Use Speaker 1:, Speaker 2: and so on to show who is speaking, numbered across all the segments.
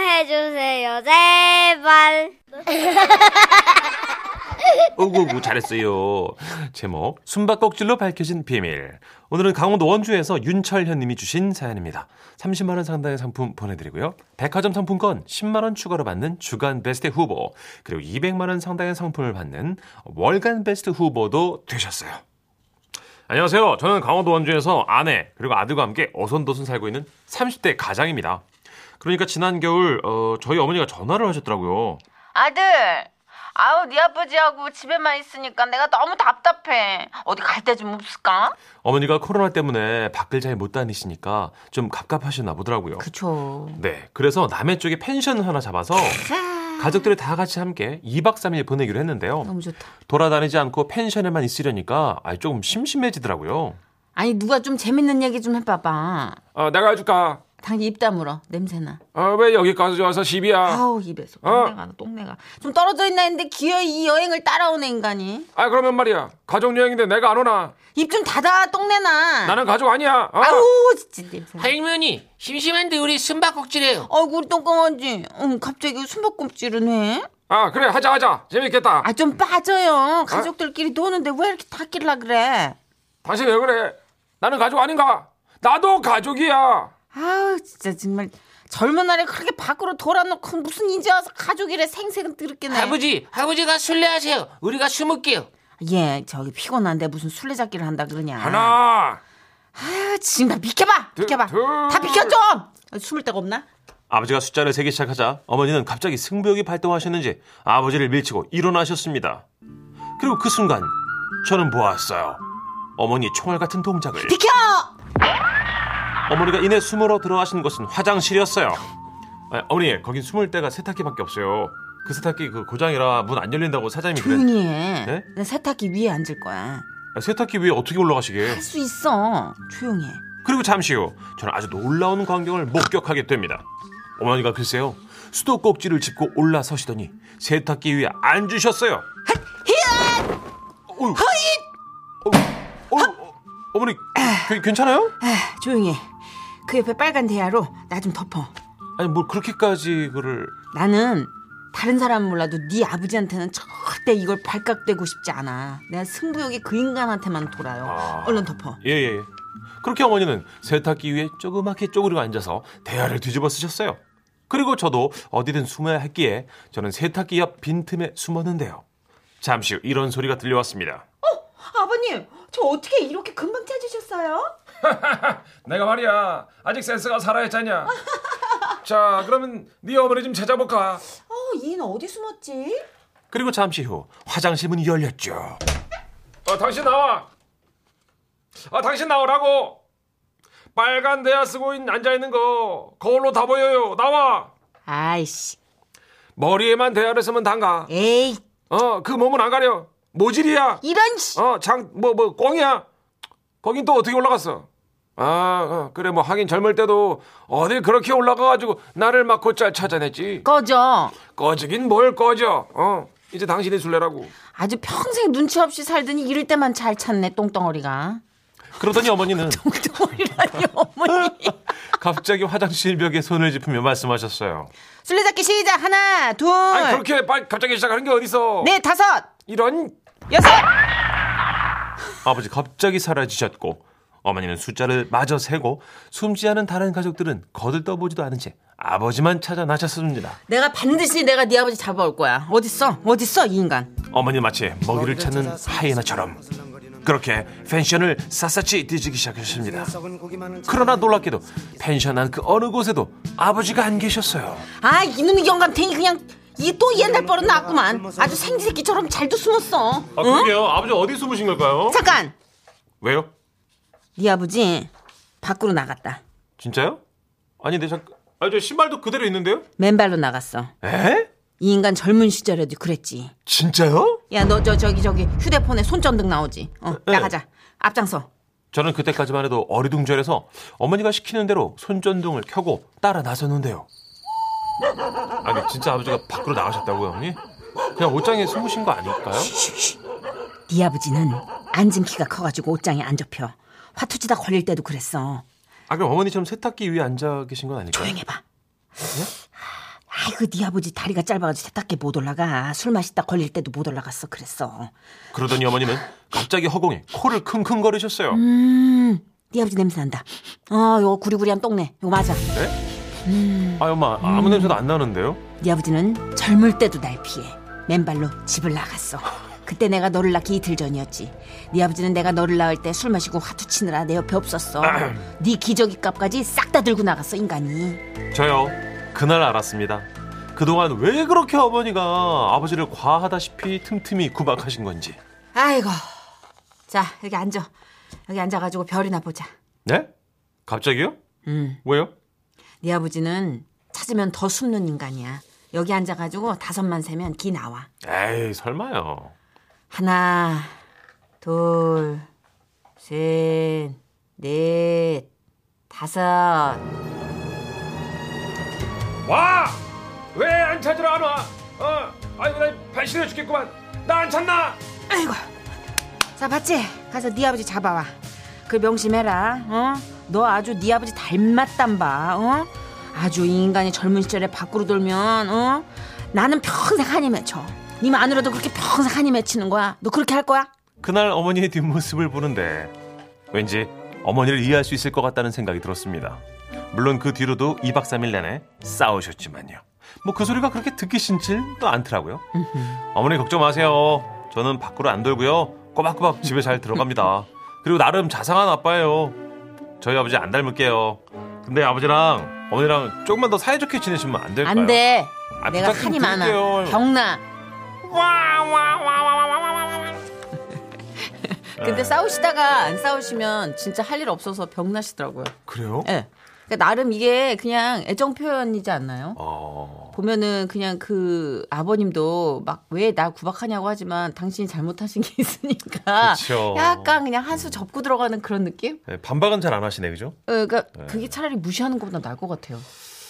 Speaker 1: 해주세요, 제발.
Speaker 2: 오구구 잘했어요. 제목 숨바꼭질로 밝혀진 비밀. 오늘은 강원도 원주에서 윤철현 님이 주신 사연입니다. 30만 원 상당의 상품 보내드리고요. 백화점 상품권 10만 원 추가로 받는 주간 베스트 후보 그리고 200만 원 상당의 상품을 받는 월간 베스트 후보도 되셨어요. 안녕하세요. 저는 강원도 원주에서 아내 그리고 아들과 함께 어선도선 살고 있는 30대 가장입니다. 그러니까 지난 겨울 어, 저희 어머니가 전화를 하셨더라고요.
Speaker 3: 아들 아우 네 아버지하고 집에만 있으니까 내가 너무 답답해 어디 갈 데 좀 없을까?
Speaker 2: 어머니가 코로나 때문에 밖을 잘 못 다니시니까 좀 갑갑하시나 보더라고요.
Speaker 3: 그쵸
Speaker 2: 네. 그래서 남해 쪽에 펜션 하나 잡아서 가족들이 다 같이 함께 2박 3일 보내기로 했는데요.
Speaker 4: 너무 좋다.
Speaker 2: 돌아다니지 않고 펜션에만 있으려니까 아, 조금 심심해지더라고요.
Speaker 4: 아니 누가 좀 재밌는 얘기 좀 해봐봐.
Speaker 5: 어, 내가 해줄까?
Speaker 4: 당신 입 다물어. 냄새나.
Speaker 5: 어, 왜 여기까지 와서 시비야? 어?
Speaker 4: 아우 입에서 똥내가 나 똥내가. 좀 떨어져 있나 했는데 기어이 이 여행을 따라오네 인간이.
Speaker 5: 아, 그러면 말이야. 가족 여행인데 내가 안 오나?
Speaker 4: 입 좀 닫아 똥내나.
Speaker 5: 나는 가족 아니야. 어?
Speaker 4: 아우 진짜 냄새.
Speaker 6: 할머니 심심한데 우리 숨바꼭질해요.
Speaker 4: 얼굴 똥강아지. 응 갑자기 숨바꼭질은 해?
Speaker 5: 아, 그래 하자 하자. 재밌겠다.
Speaker 4: 아 좀 빠져요. 가족들끼리 노는데 왜 이렇게 닦일라 그래?
Speaker 5: 당신 왜 그래? 나는 가족 아닌가? 나도 가족이야.
Speaker 4: 아우 진짜 정말 젊은 날에 그렇게 밖으로 돌아놓고 무슨 이제 와서 가족이래 생색은 들었겠네.
Speaker 6: 아버지 아버지가 술래하세요. 우리가 숨을게요.
Speaker 4: 예, 저기 피곤한데 무슨 술래잡기를 한다 그러냐.
Speaker 5: 하나.
Speaker 4: 아, 지금 비켜봐, 비켜봐.
Speaker 5: 둘.
Speaker 4: 다 비켜 좀. 숨을 데가 없나?
Speaker 2: 아버지가 숫자를 세기 시작하자 어머니는 갑자기 승부욕이 발동하셨는지 아버지를 밀치고 일어나셨습니다. 그리고 그 순간 저는 보았어요. 어머니 총알 같은 동작을.
Speaker 4: 비켜.
Speaker 2: 어머니가 이내 숨으러 들어가신 것은 화장실이었어요. 아, 어머니, 거긴 숨을 데가 세탁기밖에 없어요. 그 세탁기 그 고장이라 문 안 열린다고 사장님이 그래.
Speaker 4: 조용히 해.
Speaker 2: 네?
Speaker 4: 나 세탁기 위에 앉을 거야.
Speaker 2: 아, 세탁기 위에 어떻게 올라가시게?
Speaker 4: 할 수 있어. 조용히 해.
Speaker 2: 그리고 잠시 후 저는 아주 놀라운 광경을 목격하게 됩니다. 어머니가 글쎄요 수도 꼭지를 짚고 올라서시더니 세탁기 위에 앉으셨어요. 어휴. 어휴. 어휴. 어머니 괜- 괜찮아요?
Speaker 4: 아, 조용히 해. 그 옆에 빨간 대야로 나 좀 덮어.
Speaker 2: 아니 뭘 그렇게까지 그를
Speaker 4: 나는 다른 사람은 몰라도 네 아버지한테는 절대 이걸 발각되고 싶지 않아. 내가 승부욕이 그 인간한테만 돌아요. 얼른 덮어.
Speaker 2: 예예. 예. 그렇게 어머니는 세탁기 위에 조그맣게 쪼그리고 앉아서 대야를 뒤집어 쓰셨어요. 그리고 저도 어디든 숨어야 했기에 저는 세탁기 옆 빈틈에 숨었는데요. 잠시 후 이런 소리가 들려왔습니다.
Speaker 4: 아버님, 저 어떻게 이렇게 금방 찾으셨어요?
Speaker 5: 내가 말이야. 아직 센스가 살아있잖냐. 자, 그러면 네 어머니 좀 찾아볼까?
Speaker 4: 어, 이는 어디 숨었지?
Speaker 2: 그리고 잠시 후 화장실 문이 열렸죠.
Speaker 5: 어, 당신 나와. 아, 당신 나오라고. 빨간 대야 쓰고 있- 앉아 있는 거 거울로 다 보여요. 나와.
Speaker 4: 아이씨.
Speaker 5: 머리에만 대야를 쓰면 단가.
Speaker 4: 에이,
Speaker 5: 어, 그 몸은 안 가려. 모질이야.
Speaker 4: 이런 씨.
Speaker 5: 어, 장, 뭐, 뭐, 꽁이야. 거긴 또 어떻게 올라갔어? 아, 어, 그래, 뭐, 하긴 젊을 때도 어딜 그렇게 올라가가지고 나를 막 곧잘 찾아냈지.
Speaker 4: 꺼져.
Speaker 5: 꺼지긴 뭘 꺼져. 어, 이제 당신이 술래라고.
Speaker 4: 아주 평생 눈치 없이 살더니 이럴 때만 잘 찾네 똥덩어리가.
Speaker 2: 그러더니 어머니는
Speaker 4: 똥덩어리라니 어머니.
Speaker 2: 갑자기 화장실 벽에 손을 짚으며 말씀하셨어요.
Speaker 4: 술래잡기 시작 하나, 둘,
Speaker 5: 아니, 그렇게 빨리 갑자기 시작하는 게 어딨어.
Speaker 4: 넷, 다섯,
Speaker 5: 이런.
Speaker 4: 여섯.
Speaker 2: 아버지 갑자기 사라지셨고 어머니는 숫자를 마저 세고 숨지 않은 다른 가족들은 거들떠보지도 않은 채 아버지만 찾아 나셨습니다.
Speaker 4: 내가 반드시 내가 네 아버지 잡아올 거야. 어딨어? 어딨어 이 인간.
Speaker 2: 어머니 마치 먹이를 찾는 하이에나처럼 그렇게 펜션을 샅샅이 뒤지기 시작했습니다. 그러나 놀랍게도 펜션 안 그 어느 곳에도 아버지가 안 계셨어요.
Speaker 4: 아 이놈의 영감탱이 그냥 이게 또 옛날 버릇 나왔구만. 아주 생쥐새끼처럼 잘도 숨었어. 응?
Speaker 2: 그게요. 아버지 어디 숨으신 걸까요?
Speaker 4: 잠깐.
Speaker 2: 왜요?
Speaker 4: 네 아버지 밖으로 나갔다.
Speaker 2: 진짜요? 아니 내 잠깐 아저 신발도 그대로 있는데요?
Speaker 4: 맨발로 나갔어.
Speaker 2: 에?
Speaker 4: 이 인간 젊은 시절에도 그랬지.
Speaker 2: 진짜요?
Speaker 4: 야, 너 저 저기 저기 휴대폰에 손전등 나오지. 어,
Speaker 2: 네.
Speaker 4: 나가자. 앞장서.
Speaker 2: 저는 그때까지만 해도 어리둥절해서 어머니가 시키는 대로 손전등을 켜고 따라 나섰는데요. 아니 진짜 아버지가 밖으로 나가셨다고요, 어머니? 그냥 옷장에 숨으신 거 아닐까요?
Speaker 4: 네 아버지는 앉은 키가 커가지고 옷장에 안 접혀. 화투지다 걸릴 때도 그랬어.
Speaker 2: 아 그럼 어머니처럼 세탁기 위에 앉아 계신 건 아닐까요?
Speaker 4: 조용해봐. 아이고 네 아버지 다리가 짧아가지고 세탁기 못 올라가 술 마시다 걸릴 때도 못 올라갔어 그랬어
Speaker 2: 그러더니 어머님은 갑자기 허공에 코를 킁킁거리셨어요.
Speaker 4: 네 아버지 냄새 난다 어 요거 구리구리한 똥내 요거 맞아
Speaker 2: 아 엄마 아무 냄새도 안 나는데요?
Speaker 4: 네 아버지는 젊을 때도 날 피해 맨발로 집을 나갔어 그때 내가 너를 낳기 이틀 전이었지 네 아버지는 내가 너를 낳을 때 술 마시고 화투 치느라 내 옆에 없었어 네 기저귀 값까지 싹 다 들고 나갔어 인간이
Speaker 2: 저요 그날 알았습니다. 그동안 왜 그렇게 어머니가 아버지를 과하다시피 틈틈이 구박하신 건지.
Speaker 4: 아이고 자 여기 앉아 여기 앉아가지고 별이나 보자
Speaker 2: 네? 갑자기요? 음. 왜요?
Speaker 4: 네 아버지는 찾으면 더 숨는 인간이야. 여기 앉아가지고 다섯만 세면 기 나와.
Speaker 2: 에이 설마요.
Speaker 4: 하나, 둘, 셋, 넷, 다섯.
Speaker 5: 와! 왜 안 찾으러 안 와? 어? 아이고 나 발신해 죽겠구만. 나 안 찾나?
Speaker 4: 아이고. 자 봤지? 가서 네 아버지 잡아와. 그 명심해라. 어? 너 아주 네 아버지 닮았단 바. 어? 아주 이 인간이 젊은 시절에 밖으로 돌면 어? 나는 평생 한이 맺혀. 네 마누라도 그렇게 평생 한이 맺히는 거야. 너 그렇게 할 거야?
Speaker 2: 그날 어머니의 뒷모습을 보는데 왠지 어머니를 이해할 수 있을 것 같다는 생각이 들었습니다. 물론 그 뒤로도 2박 3일 내내 싸우셨지만요. 뭐 그 소리가 그렇게 듣기 싫지도 않더라고요. 어머니 걱정 마세요. 저는 밖으로 안 돌고요. 꼬박꼬박 집에 잘 들어갑니다. 그리고 나름 자상한 아빠예요. 저희 아버지 안 닮을게요. 근데 아버지랑 어머니랑 조금만 더 사이좋게 지내시면 안 될까요?
Speaker 4: 안 돼.
Speaker 2: 아,
Speaker 4: 내가
Speaker 2: 부탁 좀
Speaker 4: 한이 많아.
Speaker 2: 드릴게요.
Speaker 4: 병나.
Speaker 5: 와와와와와와와와.
Speaker 2: 네.
Speaker 4: 근데 싸우시다가 안 싸우시면 진짜 할 일 없어서 병나시더라고요.
Speaker 2: 그래요?
Speaker 4: 예. 그러니까 나름 이게 그냥 애정 표현이지 않나요?
Speaker 2: 어.
Speaker 4: 보면은 그냥 그 아버님도 막 왜 나 구박하냐고 하지만 당신이 잘못하신 게 있으니까
Speaker 2: 그쵸.
Speaker 4: 약간 그냥 한 수 접고 들어가는 그런 느낌?
Speaker 2: 네, 반박은 잘 안 하시네 그죠?
Speaker 4: 예, 그러니까 그게 차라리 무시하는 것보다 나을 것 같아요.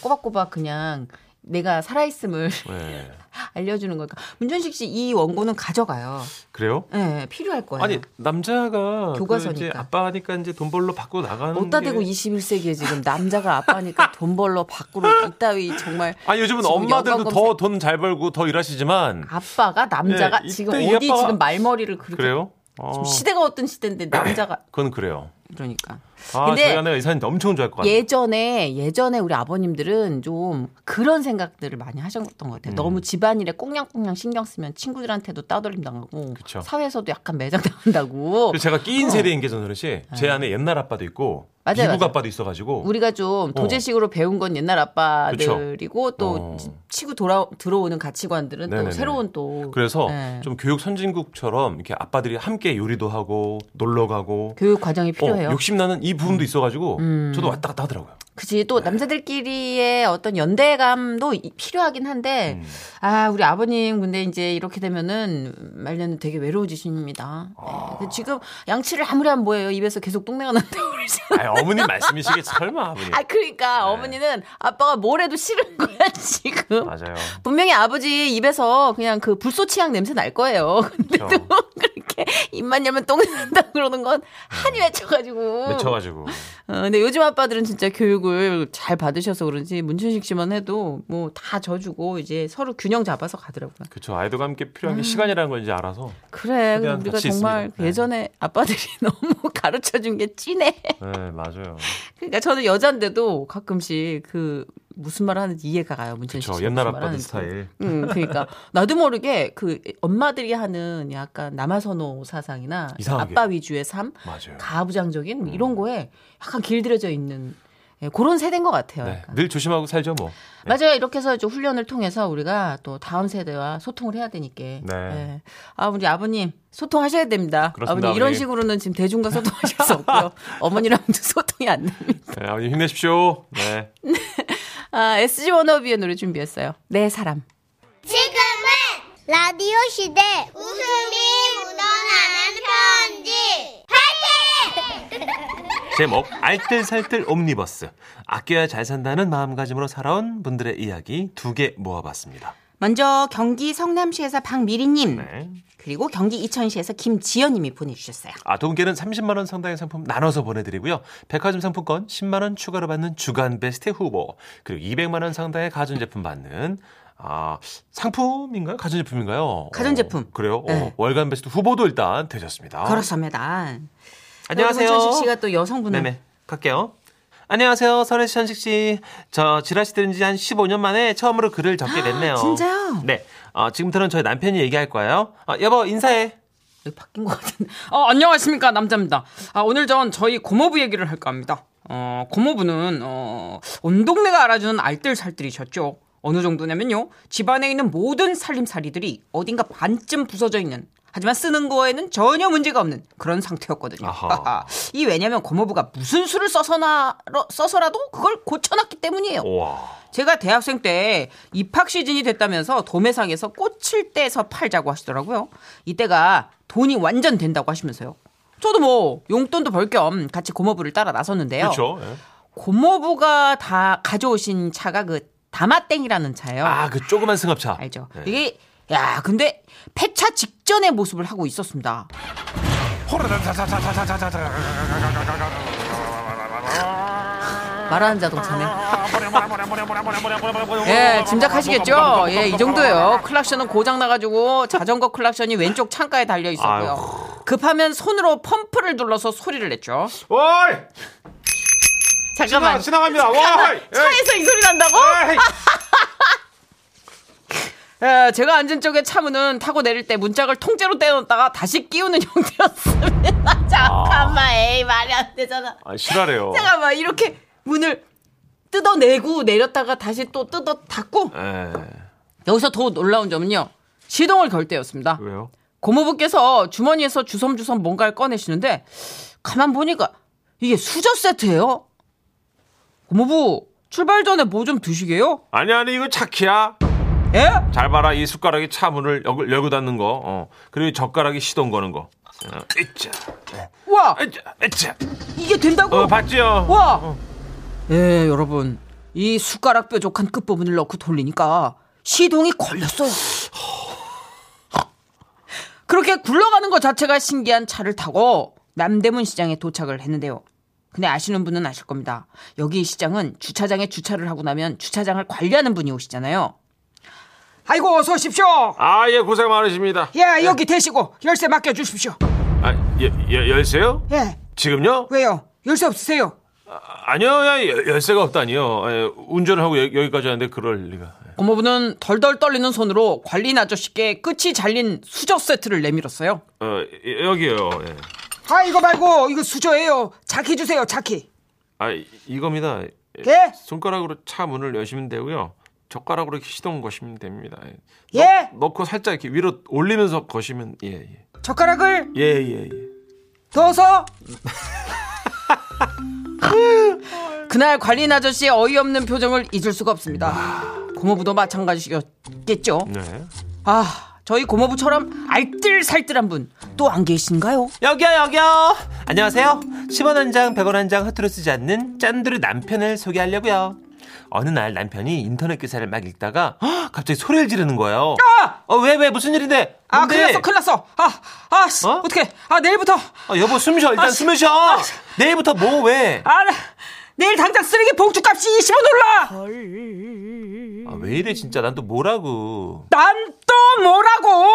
Speaker 4: 꼬박꼬박 그냥 내가 살아있음을
Speaker 2: 네.
Speaker 4: 알려주는 거니까 문전식 씨 이 원고는 가져가요.
Speaker 2: 그래요?
Speaker 4: 예, 필요할 거예요.
Speaker 2: 아니 남자가
Speaker 4: 교과서니까.
Speaker 2: 그 이제 아빠니까 이제 돈 벌러 밖으로 나가는
Speaker 4: 어따
Speaker 2: 게-
Speaker 4: 대고 21세기에 지금 남자가 아빠니까 돈 벌러 밖으로 이따위 정말
Speaker 2: 아니 요즘은
Speaker 4: 지금
Speaker 2: 엄마들도
Speaker 4: 연관
Speaker 2: 더
Speaker 4: 검색-
Speaker 2: 돈 잘 벌고 더 일하시지만
Speaker 4: 아빠가 남자가
Speaker 2: 예, 이때
Speaker 4: 지금
Speaker 2: 이
Speaker 4: 어디
Speaker 2: 아빠가-
Speaker 4: 지금 말머리를 그렇게
Speaker 2: 그래요? 어,
Speaker 4: 지금 시대가 어떤 시대인데 남자가
Speaker 2: 그건 그래요.
Speaker 4: 그러니까
Speaker 2: 아
Speaker 4: 근데
Speaker 2: 저희 아내가 이사님 엄청 좋아할 것 같아요.
Speaker 4: 예전에 예전에 우리 아버님들은 좀 그런 생각들을 많이 하셨던 것
Speaker 2: 음.
Speaker 4: 같아요. 너무 집안일에 꽁냥꽁냥 신경 쓰면 친구들한테도 따돌림 당하고
Speaker 2: 그쵸.
Speaker 4: 사회에서도 약간 매장 당한다고.
Speaker 2: 그래서 제가 끼인 세대인 게 전설씨 제 안에 옛날 아빠도 있고
Speaker 4: 어. 맞아요,
Speaker 2: 미국
Speaker 4: 맞아요.
Speaker 2: 아빠도 있어가지고
Speaker 4: 우리가 좀 도제식으로 배운 건 옛날 아빠들이고 또
Speaker 2: 어.
Speaker 4: 치고 돌아 들어오는 가치관들은 또
Speaker 2: 네네네.
Speaker 4: 새로운 또
Speaker 2: 그래서
Speaker 4: 네.
Speaker 2: 좀 교육 선진국처럼 이렇게 아빠들이 함께 요리도 하고 놀러 가고
Speaker 4: 교육 과정이 그 필요해요. 음.
Speaker 2: 어, 욕심 나는 이 부분도 있어가지고 저도 왔다 갔다 하더라고요.
Speaker 4: 그치
Speaker 2: 네.
Speaker 4: 또 남자들끼리의 어떤 연대감도 이- 필요하긴 한데
Speaker 2: 음.
Speaker 4: 아 우리 아버님 근데 이제 이렇게 되면은 말년은 되게 외로워지십니다. 네.
Speaker 2: 아.
Speaker 4: 그 지금 양치를 아무리 하면 뭐예요 입에서 계속 똥내가 난다고 그러잖아.
Speaker 2: 아 어머님 말씀이시겠 설마 아버님.
Speaker 4: 아 그러니까
Speaker 2: 네.
Speaker 4: 어머니는 아빠가 뭘 해도 싫은 거야 지금.
Speaker 2: 맞아요.
Speaker 4: 분명히 아버지 입에서 그냥 그 불소치향 냄새 날 거예요. 근데도
Speaker 2: 그쵸.
Speaker 4: 그렇게 입만 열면 똥이 난다 그러는 건 한이 맺혀가지고.
Speaker 2: 음. 맺혀가지고.
Speaker 4: 어, 근데 요즘 아빠들은 진짜 교육을 잘 받으셔서 그런지 문춘식 씨만 해도 뭐 다 져주고 이제 서로 균형 잡아서 가더라고요.
Speaker 2: 그렇죠. 아이들과 함께 필요한 게 시간이라는 걸 이제 알아서
Speaker 4: 그래. 근데
Speaker 2: 최대한
Speaker 4: 우리가
Speaker 2: 같이
Speaker 4: 정말
Speaker 2: 있습니다. 네.
Speaker 4: 예전에 아빠들이 너무 가르쳐 준 게 찐해.
Speaker 2: 네, 맞아요.
Speaker 4: 그러니까 저는 여잔데도 가끔씩 그 무슨 말을 하는지 이해가 가요. 문춘식
Speaker 2: 그쵸,
Speaker 4: 씨.
Speaker 2: 옛날 아빠들 스타일. 네.
Speaker 4: 응, 그러니까 나도 모르게 그 엄마들이 하는 약간 남아선호 사상이나
Speaker 2: 이상하게.
Speaker 4: 아빠 위주의 삶,
Speaker 2: 맞아요. 음.
Speaker 4: 가부장적인 뭐 이런 거에 약간 길들여져 있는 예, 그런 세대인 것 같아요.
Speaker 2: 네,
Speaker 4: 약간.
Speaker 2: 늘 조심하고 살죠, 뭐.
Speaker 4: 맞아요. 이렇게 해서 좀 훈련을 통해서 우리가 또 다음 세대와 소통을 해야 되니까. 예. 아, 우리 아버님 소통하셔야 됩니다.
Speaker 2: 네. 그렇습니다,
Speaker 4: 아버님 이런
Speaker 2: 아버님.
Speaker 4: 식으로는 지금 대중과 소통하실 수 없고요. 어머니랑도 소통이 안 됩니다.
Speaker 2: 네, 아버님 힘내십시오. 네.
Speaker 4: 아, SG 워너비의 노래 준비했어요. 내 사람.
Speaker 1: 지금은 라디오 시대 웃음이 묻어나는 편지
Speaker 2: 제목 알뜰살뜰 옴니버스 아껴야 잘 산다는 마음가짐으로 살아온 분들의 이야기 두 개 모아봤습니다.
Speaker 4: 먼저 경기 성남시에서 박미리님
Speaker 2: 네.
Speaker 4: 그리고 경기 이천시에서 김지연님이 보내주셨어요.
Speaker 2: 아, 두 분께는 30만 원 상당의 상품 나눠서 보내드리고요. 백화점 상품권 10만 원 추가로 받는 주간 베스트 후보 그리고 200만 원 상당의 가전제품 받는 아 상품인가요? 가전제품인가요?
Speaker 4: 가전제품.
Speaker 2: 어, 그래요? 어,
Speaker 4: 네.
Speaker 2: 월간 베스트 후보도 일단 되셨습니다.
Speaker 4: 그렇습니다.
Speaker 2: 아. 안녕하세요.
Speaker 4: 천식 씨가 또 여성분을
Speaker 2: 네네. 갈게요. 안녕하세요. 설혜 씨, 천식 씨. 저 지라시 들은 지 한 15년 만에 처음으로 글을 적게 됐네요.
Speaker 4: 아, 진짜요?
Speaker 2: 네. 어, 지금부터는 저희 남편이 얘기할 거예요. 어, 여보, 인사해.
Speaker 4: 여기 바뀐 것 같은데. 어, 안녕하십니까. 남자입니다. 아, 오늘 전 저희 고모부 얘기를 할까 합니다. 어, 고모부는, 어, 온 동네가 알아주는 알뜰살뜰이셨죠. 어느 정도냐면요. 집안에 있는 모든 살림살이들이 어딘가 반쯤 부서져 있는, 하지만 쓰는 거에는 전혀 문제가 없는 그런 상태였거든요.
Speaker 2: 아하.
Speaker 4: 이 왜냐면 고모부가 무슨 수를 써서나, 써서라도 그걸 고쳐놨기 때문이에요.
Speaker 2: 우와.
Speaker 4: 제가 대학생 때 입학 시즌이 됐다면서 도매상에서 꽃을 떼서 팔자고 하시더라고요. 이때가 돈이 완전 된다고 하시면서요. 저도 뭐 용돈도 벌 겸 같이 고모부를 따라 나섰는데요.
Speaker 2: 그렇죠. 예.
Speaker 4: 고모부가 다 가져오신 차가 그 다마땡이라는 차예요.
Speaker 2: 아, 그 조그만 승합차.
Speaker 4: 알죠?
Speaker 2: 네.
Speaker 4: 이게 야 근데 폐차 직전의 모습을 하고 있었습니다. 말하는 자동차네. 예, 짐작하시겠죠? 예, 이 정도예요. 클락션은 고장 나가지고 자전거 클락션이 왼쪽 창가에 달려 있었고요. 급하면 손으로 펌프를 눌러서 소리를 냈죠.
Speaker 5: 어이
Speaker 4: 잠깐만.
Speaker 5: 지나갑니다. 와
Speaker 4: 차에서 이 소리 난다고? 예, 제가 앉은 쪽의 차문은 타고 내릴 때 문짝을 통째로 떼어놓다가 다시 끼우는 형태였습니다. 잠깐만, 에이, 말이 안 되잖아.
Speaker 2: 아, 실화래요.
Speaker 4: 잠깐만, 이렇게 문을 뜯어내고 내렸다가 다시 또 뜯어 닫고
Speaker 2: 예.
Speaker 4: 여기서 더 놀라운 점은요. 시동을 걸 때였습니다.
Speaker 2: 왜요?
Speaker 4: 고모부께서 주머니에서 주섬주섬 뭔가를 꺼내시는데 가만 보니까 이게 수저 세트예요. 고모부 출발 전에 뭐 좀 드시게요?
Speaker 5: 아니 아니 이거 차키야.
Speaker 4: 예?
Speaker 5: 잘 봐라 이 숟가락이 차 문을 열- 열고 닫는 거. 어. 그리고 이 젓가락이 시동 거는 거. 어, 으쌰,
Speaker 4: 와
Speaker 5: 으쌰, 으쌰.
Speaker 4: 이게 된다고?
Speaker 5: 아, 어 봤지요.
Speaker 4: 와! 예 여러분 이 숟가락 뾰족한 끝부분을 넣고 돌리니까 시동이 걸렸어요. 그렇게 굴러가는 것 자체가 신기한 차를 타고 남대문 시장에 도착을 했는데요. 근데 아시는 분은 아실 겁니다. 여기 이 시장은 주차장에 주차를 하고 나면 주차장을 관리하는 분이 오시잖아요. 아이고 어서 오십시오.
Speaker 5: 아 예 고생 많으십니다.
Speaker 4: 예 여기 대시고 열쇠 맡겨 주십시오.
Speaker 5: 아, 예, 예, 열쇠요?
Speaker 4: 예
Speaker 5: 지금요?
Speaker 4: 왜요? 열쇠 없으세요?
Speaker 5: 아니요, 야, 열- 열쇠가 없다니요. 예, 운전을 하고 여, 기까지 왔는데 그럴 리가. 예.
Speaker 4: 고모부는 덜덜 떨리는 손으로 관리인 아저씨께 끝이 잘린 수저 세트를 내밀었어요.
Speaker 5: 어, 예, 여기요. 예.
Speaker 4: 아 이거 말고 이거 수저예요. 자키 주세요. 자키.
Speaker 5: 아, 이- 이겁니다. 예,
Speaker 4: 예?
Speaker 5: 손가락으로 차 문을 여시면 되고요. 젓가락으로 이렇게 시동 거시면 됩니다. 예.
Speaker 4: 예?
Speaker 5: 넣고 살짝 이렇게 위로 올리면서 거시면 예, 예.
Speaker 4: 젓가락을
Speaker 5: 예, 예, 예.
Speaker 4: 넣어서. 그날 관리인 아저씨의 어이없는 표정을 잊을 수가 없습니다. 고모부도 마찬가지였겠죠.
Speaker 5: 네.
Speaker 4: 아 저희 고모부처럼 알뜰살뜰한 분 또 안 계신가요?
Speaker 2: 여기요, 여기요. 안녕하세요. 10원 한 장, 100원 한 장 허투루 쓰지 않는 짠두르 남편을 소개하려고요. 어느 날 남편이 인터넷 기사를 막 읽다가 헉, 갑자기 소리를 지르는 거예요.
Speaker 4: 아!
Speaker 2: 어, 왜, 왜, 무슨 일인데?
Speaker 4: 아
Speaker 2: 뭔데?
Speaker 4: 큰일 났어 큰일 났어 아아 씨
Speaker 2: 어?
Speaker 4: 어떻게 아 내일부터
Speaker 2: 아, 여보, 숨 쉬어. 일단
Speaker 4: 아,
Speaker 2: 숨을 쉬어.
Speaker 4: 씨.
Speaker 2: 내일부터 뭐, 왜?
Speaker 4: 아, 나- 내일 당장 쓰레기 봉투값이 20원 올라!
Speaker 2: 아, 왜 이래, 진짜. 난 또 뭐라고.
Speaker 4: 난 또 뭐라고?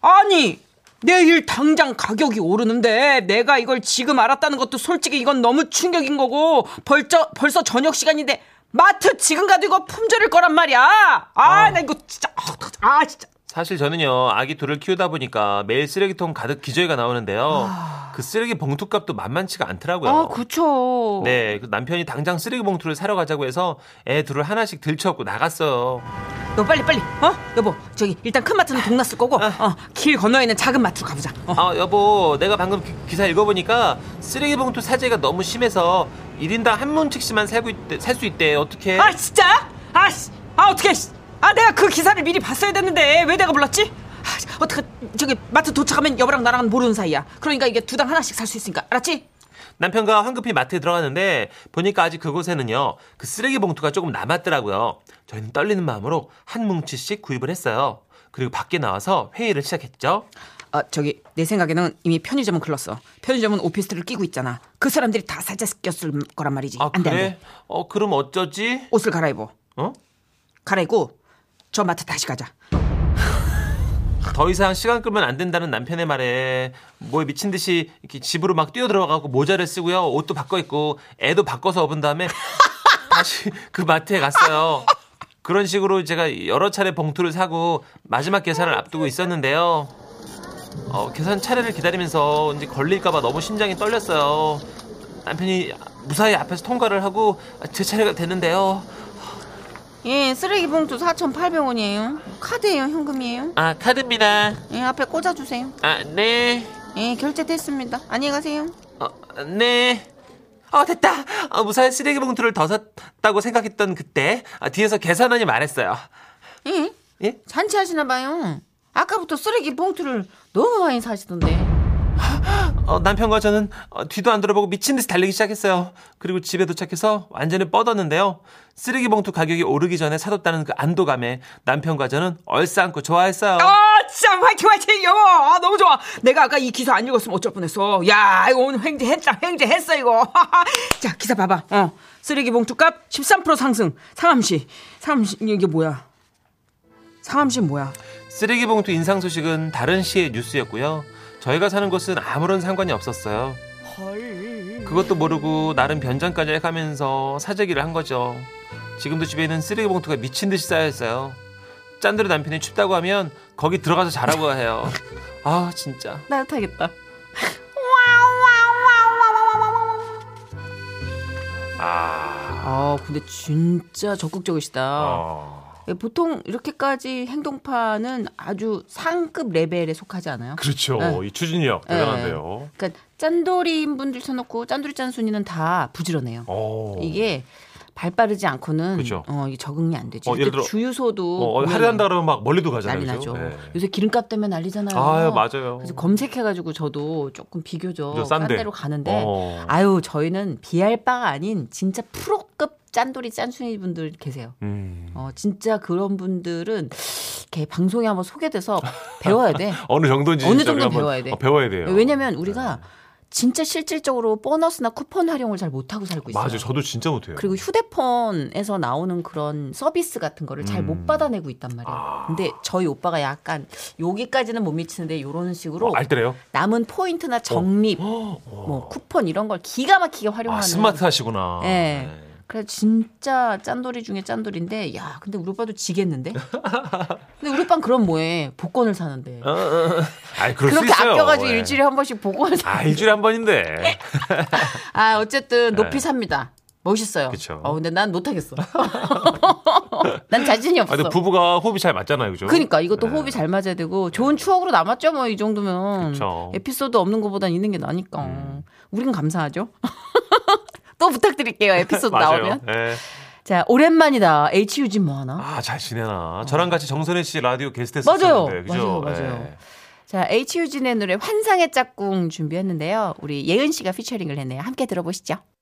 Speaker 4: 아니, 내일 당장 가격이 오르는데 내가 이걸 지금 알았다는 것도 솔직히 이건 너무 충격인 거고 벌써, 벌써 저녁 시간인데 마트 지금 가도 이거 품절일 거란 말이야! 아, 나 이거 진짜, 아, 어떡하지? 아, 진짜.
Speaker 2: 사실 저는요 아기 둘을 키우다 보니까 매일 쓰레기통 가득 기저귀가 나오는데요
Speaker 4: 아.
Speaker 2: 그 쓰레기 봉투 값도 만만치가 않더라고요.
Speaker 4: 어, 그쵸.
Speaker 2: 어. 네, 그 남편이 당장 쓰레기 봉투를 사러 가자고 해서 애 둘을 하나씩 들쳐업고 나갔어요.
Speaker 4: 너 빨리, 빨리, 어? 여보, 저기, 일단 큰 마트는 동났을 거고, 어, 길 건너에 있는 작은 마트로 가보자. 어.
Speaker 2: 아, 여보, 내가 방금 기, 사 읽어보니까 쓰레기 봉투 사재가 너무 심해서 1인당 한 문씩씩만 살고 있대, 살 수 있대. 어떻게?
Speaker 4: 아 진짜? 아, 씨. 아 어떻게? 아 내가 그 기사를 미리 봤어야 됐는데 왜 내가 몰랐지? 아, 씨. 어떡하 저기 마트 도착하면 여보랑 나랑은 모르는 사이야. 그러니까 이게 두 당 하나씩 살 수 있으니까 알았지?
Speaker 2: 남편과 황급히 마트에 들어갔는데 보니까 아직 그곳에는요 그 쓰레기 봉투가 조금 남았더라고요. 저희는 떨리는 마음으로 한 뭉치씩 구입을 했어요. 그리고 밖에 나와서 회의를 시작했죠.
Speaker 4: 아 저기 내 생각에는 이미 편의점은 글렀어. 편의점은 오피스텔을 끼고 있잖아. 그 사람들이 다 살짝 끼었을 거란 말이지.
Speaker 2: 아
Speaker 4: 안돼 안돼.
Speaker 2: 그래? 어 그럼 어쩌지?
Speaker 4: 옷을 갈아입어.
Speaker 2: 어?
Speaker 4: 갈아입고 저 마트 다시 가자.
Speaker 2: 더 이상 시간 끌면 안 된다는 남편의 말에 뭐에 미친 듯이 이렇게 집으로 막 뛰어 들어가고 모자를 쓰고요 옷도 바꿔 입고 애도 바꿔서 업은 다음에 다시 그 마트에 갔어요. 그런 식으로 제가 여러 차례 봉투를 사고 마지막 계산을 앞두고 있었는데요. 어, 계산 차례를 기다리면서 이제 걸릴까봐 너무 심장이 떨렸어요. 남편이 무사히 앞에서 통과를 하고 제 차례가 됐는데요.
Speaker 4: 예, 쓰레기 봉투 4,800원이에요. 카드예요, 현금이에요.
Speaker 6: 아, 카드입니다.
Speaker 4: 예, 앞에 꽂아 주세요.
Speaker 6: 아, 네.
Speaker 4: 예, 결제됐습니다. 안녕히 가세요.
Speaker 2: 어, 네. 어, 됐다. 어, 무사히 쓰레기 봉투를 더 샀다고 생각했던 그때 아, 뒤에서 계산원이 말했어요.
Speaker 4: 예?
Speaker 2: 예?
Speaker 4: 잔치하시나 봐요. 아까부터 쓰레기 봉투를 너무 많이 사시던데.
Speaker 2: 어, 남편과 저는 어, 뒤도 안 돌아보고 미친 듯이 달리기 시작했어요. 그리고 집에 도착해서 완전히 뻗었는데요. 쓰레기 봉투 가격이 오르기 전에 사뒀다는 그 안도감에 남편과 저는 얼싸안고 좋아했어요.
Speaker 4: 아, 진짜 화이팅 화이팅 여보. 아, 너무 좋아. 내가 아까 이 기사 안 읽었으면 어쩔 뻔했어. 야, 이거 오늘 횡재 했다. 횡재 했어 이거. 자, 기사 봐 봐. 어. 쓰레기 봉투 값 13% 상승. 상암시. 상암시 이게 뭐야? 상암시 뭐야?
Speaker 2: 쓰레기 봉투 인상 소식은 다른 시의 뉴스였고요. 저희가 사는 곳은 아무런 상관이 없었어요. 그것도 모르고 나름 변장까지 해가면서 사재기를 한 거죠. 지금도 집에는 쓰레기 봉투가 미친 듯이 쌓여 있어요. 짠데로 남편이 춥다고 하면 거기 들어가서 자라고 해요. 아 진짜.
Speaker 4: 따뜻하겠다. 아, 근데 진짜 적극적이시다.
Speaker 2: 어. 아,
Speaker 4: 예, 보통 이렇게까지 행동파는 아주 상급 레벨에 속하지 않아요?
Speaker 2: 그렇죠.
Speaker 4: 네.
Speaker 2: 이 추진력
Speaker 4: 대단한데요. 그러니까 짠돌이인 분들 쳐놓고 짠돌이 짠순이는 다 부지런해요.
Speaker 2: 오.
Speaker 4: 이게 발 빠르지 않고는
Speaker 2: 어. 그죠.
Speaker 4: 어, 이게 적응이 안 되지.
Speaker 2: 어, 예를
Speaker 4: 근데
Speaker 2: 들어,
Speaker 4: 주유소도 보면은
Speaker 2: 그러면 막 멀리도
Speaker 4: 뭐
Speaker 2: 네.
Speaker 4: 난리 나죠. 요새 기름값 때문에 난리잖아요.
Speaker 2: 맞아요.
Speaker 4: 그래서 검색해가지고 저도 조금 비교적
Speaker 2: 그죠,
Speaker 4: 싼
Speaker 2: 싼 데.
Speaker 4: 데로 가는데
Speaker 2: 어.
Speaker 4: 아유 저희는 비할 바가 아닌 진짜 프로급 짠돌이 짠순이 분들 계세요.
Speaker 2: 음.
Speaker 4: 어, 진짜 그런 분들은 이렇게 방송에 한번 뭐 소개돼서 배워야 돼.
Speaker 2: 어느 정도인지
Speaker 4: 어느
Speaker 2: 진짜 우리가
Speaker 4: 정도
Speaker 2: 한번-
Speaker 4: 배워야 돼.
Speaker 2: 어, 배워야 돼요.
Speaker 4: 왜냐면 우리가 진짜 실질적으로 보너스나 쿠폰 활용을 잘 못하고 살고 있어요.
Speaker 2: 맞아요. 저도 진짜 못해요.
Speaker 4: 그리고 휴대폰에서 나오는 그런 서비스 같은 거를 잘
Speaker 2: 음.
Speaker 4: 못 받아내고 있단 말이에요. 근데 저희 오빠가 약간 여기까지는 못 미치는데 요런 식으로
Speaker 2: 어, 알뜰해요? 어.
Speaker 4: 남은 포인트나 적립, 뭐 쿠폰 이런 걸 기가 막히게 활용하는.
Speaker 2: 아, 스마트하시구나. 네.
Speaker 4: 예. 그래 진짜 짠돌이 중에 짠돌인데 야 근데 우리 오빠도 지겠는데? 근데 우리 오빠는 그럼 뭐해 복권을 사는데
Speaker 2: 어, 아, 그럴 수
Speaker 4: 그렇게
Speaker 2: 있어요.
Speaker 4: 아껴가지고
Speaker 2: 예.
Speaker 4: 일주일에 한 번씩 복권을 사.
Speaker 2: 아, 일주일에 한 번인데.
Speaker 4: 아 어쨌든 높이
Speaker 2: 네.
Speaker 4: 삽니다. 멋있어요.
Speaker 2: 그쵸.
Speaker 4: 어 근데 난 못하겠어. 난 자신이
Speaker 2: 아, 근데
Speaker 4: 없어.
Speaker 2: 부부가 예. 호흡이 잘 맞잖아요, 그죠?
Speaker 4: 그러니까 이것도 호흡이 잘 맞아야 되고 좋은 추억으로 남았죠 뭐 이 정도면
Speaker 2: 그쵸. 음.
Speaker 4: 에피소드 없는 것보단 있는 게 나니까 우리는 감사하죠. 또 부탁드릴게요 에피소드
Speaker 2: 맞아요.
Speaker 4: 나오면
Speaker 2: 예.
Speaker 4: 자 오랜만이다 HUG 뭐 하나
Speaker 2: 아, 잘 지내나. 저랑 같이 정선혜 씨 라디오 게스트
Speaker 4: 맞아요.
Speaker 2: 했었는데. 그죠?
Speaker 4: 맞아요, 맞아요.
Speaker 2: 예.
Speaker 4: 자, H.U.G.의 노래 환상의 짝꿍 준비했는데요. 우리 예은 씨가 피처링을 했네요. 함께 들어보시죠.